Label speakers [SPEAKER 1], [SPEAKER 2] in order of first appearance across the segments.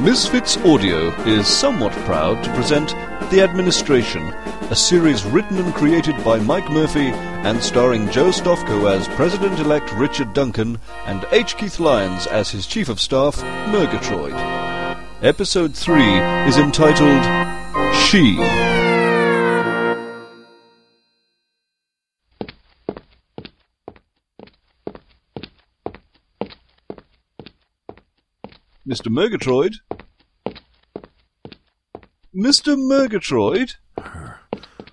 [SPEAKER 1] Misfits Audio is somewhat proud to present The Administration, a series written and created by Mike Murphy and starring Joe Stofko as President elect Richard Duncan and H. Keith Lyons as his Chief of Staff, Murgatroyd. Episode 3 is entitled She. Mr. Murgatroyd? Mr. Murgatroyd?
[SPEAKER 2] Her.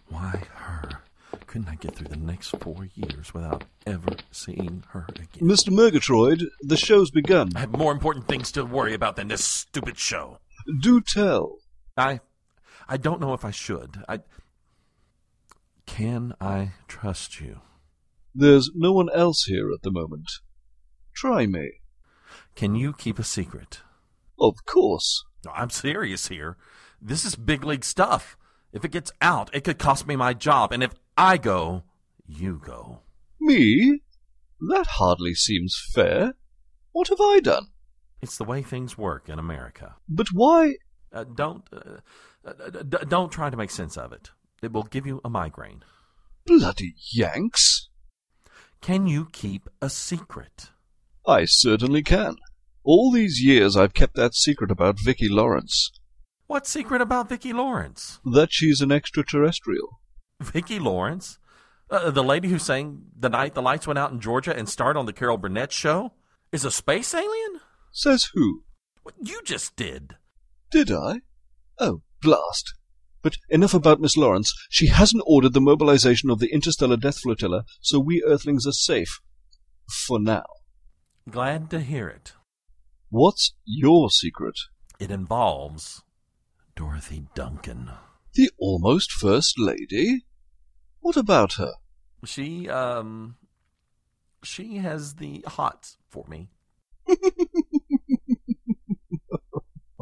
[SPEAKER 2] Why her? Couldn't I get through the next four years without ever seeing her again?
[SPEAKER 1] Mr. Murgatroyd, the show's begun.
[SPEAKER 2] I have more important things to worry about than this stupid show.
[SPEAKER 1] Do tell.
[SPEAKER 2] I I don't know if I should. I Can I trust you?
[SPEAKER 1] There's no one else here at the moment. Try me.
[SPEAKER 2] Can you keep a secret?
[SPEAKER 1] Of course.
[SPEAKER 2] No, I'm serious here. This is big league stuff. If it gets out, it could cost me my job, and if I go, you go.
[SPEAKER 1] Me? That hardly seems fair. What have I done?
[SPEAKER 2] It's the way things work in America.
[SPEAKER 1] But why?
[SPEAKER 2] Uh, don't uh, uh, d- don't try to make sense of it. It will give you a migraine.
[SPEAKER 1] Bloody Yanks!
[SPEAKER 2] Can you keep a secret?
[SPEAKER 1] I certainly can. All these years I've kept that secret about Vicky Lawrence.
[SPEAKER 2] What secret about Vicki Lawrence?
[SPEAKER 1] That she's an extraterrestrial.
[SPEAKER 2] Vicki Lawrence, uh, the lady who sang "The Night the Lights Went Out in Georgia" and starred on the Carol Burnett show, is a space alien.
[SPEAKER 1] Says who?
[SPEAKER 2] What you just did?
[SPEAKER 1] Did I? Oh, blast. But enough about Miss Lawrence. She hasn't ordered the mobilization of the interstellar death flotilla, so we Earthlings are safe. For now.
[SPEAKER 2] Glad to hear it.
[SPEAKER 1] What's your secret?
[SPEAKER 2] It involves Dorothy Duncan.
[SPEAKER 1] The almost first lady? What about her?
[SPEAKER 2] She um, she has the hots for me.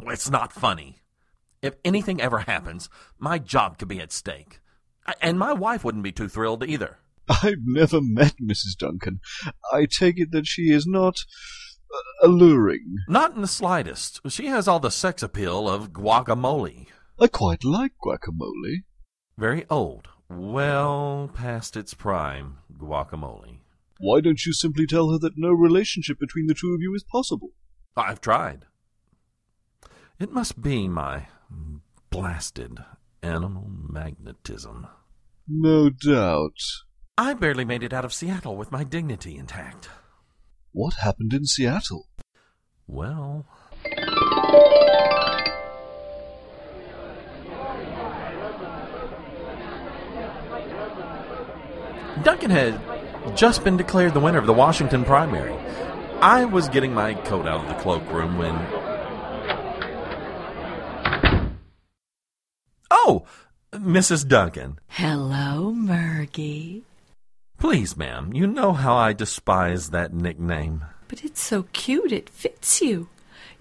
[SPEAKER 2] it's not funny. If anything ever happens, my job could be at stake, I- and my wife wouldn't be too thrilled either.
[SPEAKER 1] I've never met Mrs. Duncan. I take it that she is not uh, alluring.
[SPEAKER 2] Not in the slightest. She has all the sex appeal of guacamole.
[SPEAKER 1] I quite like guacamole.
[SPEAKER 2] Very old, well past its prime guacamole.
[SPEAKER 1] Why don't you simply tell her that no relationship between the two of you is possible?
[SPEAKER 2] I've tried. It must be my blasted animal magnetism.
[SPEAKER 1] No doubt.
[SPEAKER 2] I barely made it out of Seattle with my dignity intact.
[SPEAKER 1] What happened in Seattle?
[SPEAKER 2] Well, Duncan had just been declared the winner of the Washington primary. I was getting my coat out of the cloakroom when. Oh, Mrs. Duncan.
[SPEAKER 3] Hello, Murgy.
[SPEAKER 2] Please, ma'am, you know how I despise that nickname.
[SPEAKER 3] But it's so cute, it fits you.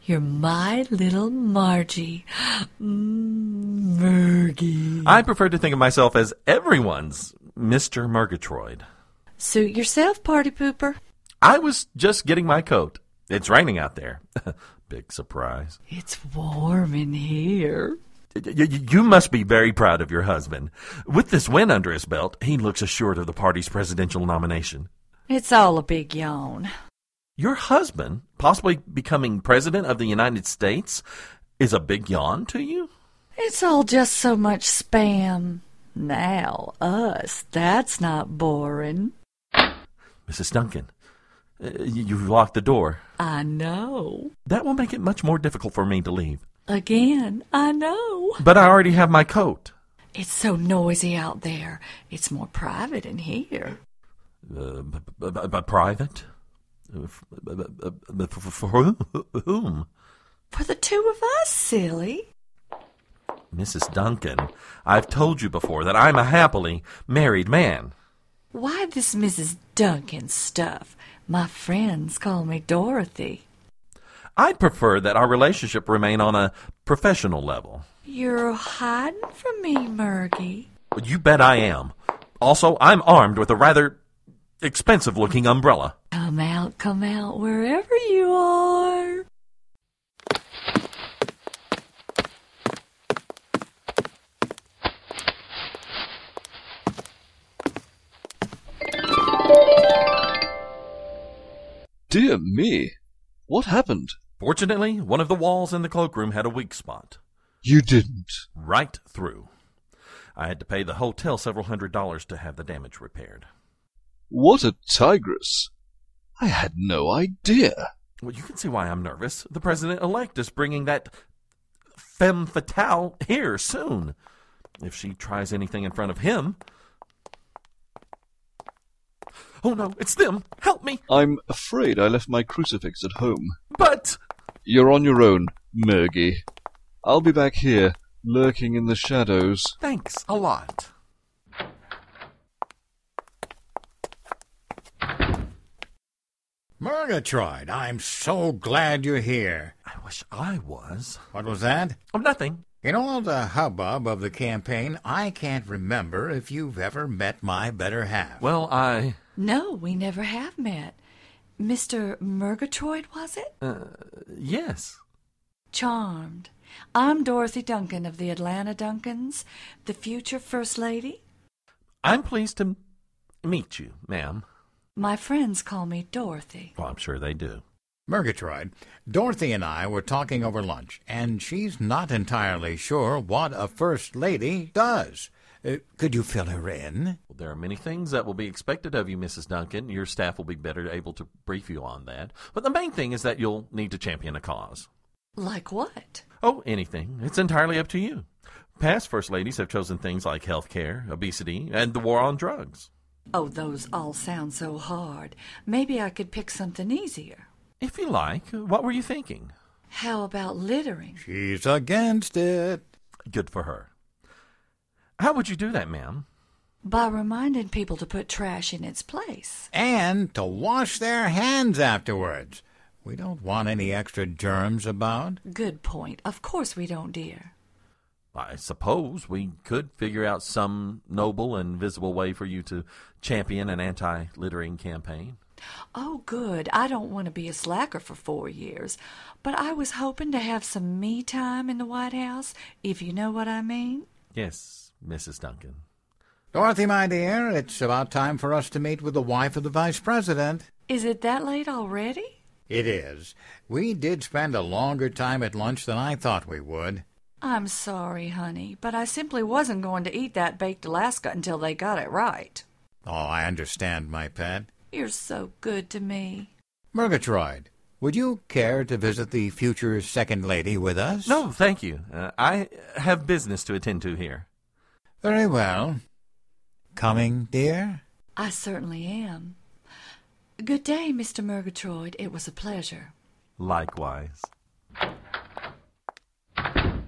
[SPEAKER 3] You're my little Margie. Mm, Murgy.
[SPEAKER 2] I prefer to think of myself as everyone's Mr. Murgatroyd.
[SPEAKER 3] Suit yourself, party pooper.
[SPEAKER 2] I was just getting my coat. It's raining out there. Big surprise.
[SPEAKER 3] It's warm in here.
[SPEAKER 2] Y- y- you must be very proud of your husband. With this win under his belt, he looks assured of the party's presidential nomination.
[SPEAKER 3] It's all a big yawn.
[SPEAKER 2] Your husband, possibly becoming president of the United States, is a big yawn to you?
[SPEAKER 3] It's all just so much spam. Now, us, that's not boring.
[SPEAKER 2] Mrs. Duncan, uh, y- you've locked the door.
[SPEAKER 3] I know.
[SPEAKER 2] That will make it much more difficult for me to leave.
[SPEAKER 3] Again, I know.
[SPEAKER 2] But I already have my coat.
[SPEAKER 3] It's so noisy out there. It's more private in here.
[SPEAKER 2] Uh, b- b- b- b- private? Uh, f- b- b- b- b- f- For who- whom?
[SPEAKER 3] For the two of us, silly.
[SPEAKER 2] Mrs. Duncan, I've told you before that I'm a happily married man.
[SPEAKER 3] Why this Mrs. Duncan stuff? My friends call me Dorothy.
[SPEAKER 2] I'd prefer that our relationship remain on a professional level.
[SPEAKER 3] You're hiding from me, Murgy.
[SPEAKER 2] You bet I am. Also, I'm armed with a rather expensive looking umbrella.
[SPEAKER 3] Come out, come out, wherever you are.
[SPEAKER 1] Dear me. What happened?
[SPEAKER 2] Fortunately, one of the walls in the cloakroom had a weak spot.
[SPEAKER 1] You didn't.
[SPEAKER 2] Right through. I had to pay the hotel several hundred dollars to have the damage repaired.
[SPEAKER 1] What a tigress. I had no idea.
[SPEAKER 2] Well, you can see why I'm nervous. The president elect is bringing that femme fatale here soon. If she tries anything in front of him. Oh no, it's them! Help me!
[SPEAKER 1] I'm afraid I left my crucifix at home.
[SPEAKER 2] But.
[SPEAKER 1] You're on your own, Murgy. I'll be back here, lurking in the shadows.
[SPEAKER 2] Thanks a lot.
[SPEAKER 4] Murgatroyd, I'm so glad you're here.
[SPEAKER 2] I wish I was.
[SPEAKER 4] What was that?
[SPEAKER 2] Oh, nothing.
[SPEAKER 4] In all the hubbub of the campaign, I can't remember if you've ever met my better half.
[SPEAKER 2] Well, I.
[SPEAKER 3] No, we never have met. Mr. Murgatroyd, was it?
[SPEAKER 2] Yes.
[SPEAKER 3] Charmed. I'm Dorothy Duncan of the Atlanta Duncans, the future First Lady.
[SPEAKER 2] I'm pleased to meet you, ma'am.
[SPEAKER 3] My friends call me Dorothy.
[SPEAKER 2] Well, I'm sure they do.
[SPEAKER 4] Murgatroyd, Dorothy and I were talking over lunch, and she's not entirely sure what a first lady does. Uh, could you fill her in?
[SPEAKER 2] Well, there are many things that will be expected of you, Mrs. Duncan. Your staff will be better able to brief you on that. But the main thing is that you'll need to champion a cause.
[SPEAKER 3] Like what?
[SPEAKER 2] Oh, anything. It's entirely up to you. Past First Ladies have chosen things like health care, obesity, and the war on drugs.
[SPEAKER 3] Oh, those all sound so hard. Maybe I could pick something easier.
[SPEAKER 2] If you like, what were you thinking?
[SPEAKER 3] How about littering?
[SPEAKER 4] She's against it.
[SPEAKER 2] Good for her. How would you do that, ma'am?
[SPEAKER 3] By reminding people to put trash in its place.
[SPEAKER 4] And to wash their hands afterwards. We don't want any extra germs about.
[SPEAKER 3] Good point. Of course we don't, dear.
[SPEAKER 2] I suppose we could figure out some noble and visible way for you to champion an anti littering campaign.
[SPEAKER 3] Oh, good. I don't want to be a slacker for four years, but I was hoping to have some me time in the White House, if you know what I mean.
[SPEAKER 2] Yes, Mrs. Duncan.
[SPEAKER 4] Dorothy, my dear, it's about time for us to meet with the wife of the vice president.
[SPEAKER 3] Is it that late already?
[SPEAKER 4] It is. We did spend a longer time at lunch than I thought we would.
[SPEAKER 3] I'm sorry, honey, but I simply wasn't going to eat that baked Alaska until they got it right.
[SPEAKER 4] Oh, I understand, my pet.
[SPEAKER 3] You're so good to me.
[SPEAKER 4] Murgatroyd, would you care to visit the future second lady with us?
[SPEAKER 2] No, thank you. Uh, I have business to attend to here.
[SPEAKER 4] Very well. Coming, dear?
[SPEAKER 3] I certainly am. Good day, Mr. Murgatroyd. It was a pleasure.
[SPEAKER 2] Likewise.
[SPEAKER 1] I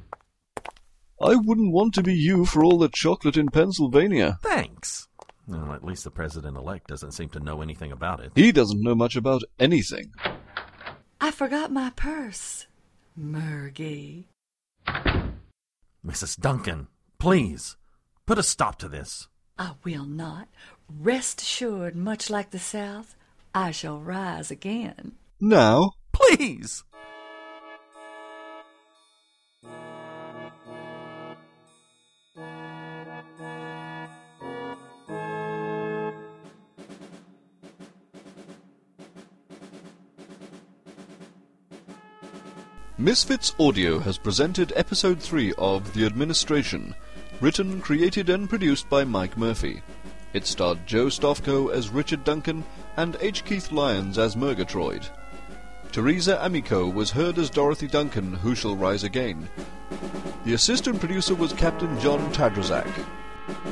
[SPEAKER 1] wouldn't want to be you for all the chocolate in Pennsylvania.
[SPEAKER 2] Thanks. Well, at least the president elect doesn't seem to know anything about it.
[SPEAKER 1] He doesn't know much about anything.
[SPEAKER 3] I forgot my purse. Murgy.
[SPEAKER 2] Mrs. Duncan, please, put a stop to this.
[SPEAKER 3] I will not. Rest assured, much like the South, I shall rise again.
[SPEAKER 1] Now,
[SPEAKER 2] Please!
[SPEAKER 1] Misfits Audio has presented Episode 3 of The Administration, written, created, and produced by Mike Murphy. It starred Joe Stofko as Richard Duncan and H. Keith Lyons as Murgatroyd. Teresa Amico was heard as Dorothy Duncan, who shall rise again. The assistant producer was Captain John Tadrazak.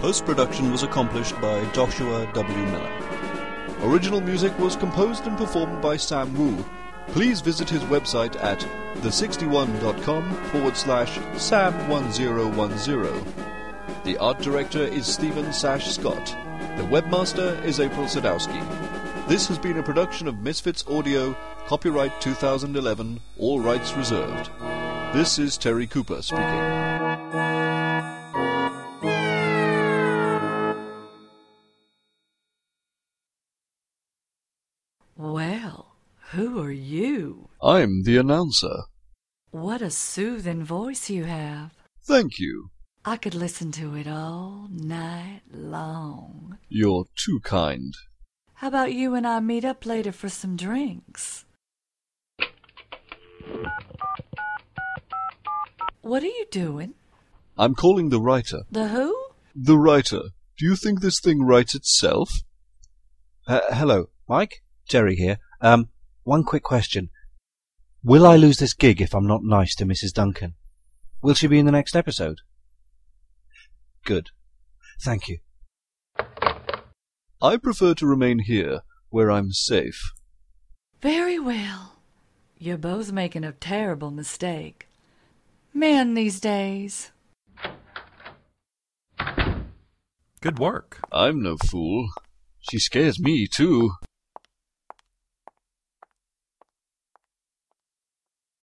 [SPEAKER 1] Post production was accomplished by Joshua W. Miller. Original music was composed and performed by Sam Wu. Please visit his website at the61.com forward slash Sam1010. The art director is Stephen Sash Scott. The webmaster is April Sadowski. This has been a production of Misfits Audio, copyright 2011, all rights reserved. This is Terry Cooper speaking.
[SPEAKER 3] Well, who are you?
[SPEAKER 1] I'm the announcer.
[SPEAKER 3] What a soothing voice you have.
[SPEAKER 1] Thank you.
[SPEAKER 3] I could listen to it all night long.
[SPEAKER 1] You're too kind.
[SPEAKER 3] How about you and I meet up later for some drinks? What are you doing?
[SPEAKER 1] I'm calling the writer.
[SPEAKER 3] The who?
[SPEAKER 1] The writer. Do you think this thing writes itself?
[SPEAKER 5] Uh, hello, Mike? Jerry here. Um, one quick question. Will I lose this gig if I'm not nice to Mrs. Duncan? Will she be in the next episode? Good. Thank you.
[SPEAKER 1] I prefer to remain here, where I'm safe.
[SPEAKER 3] Very well. You're both making a terrible mistake. Men these days.
[SPEAKER 2] Good work.
[SPEAKER 1] I'm no fool. She scares me, too.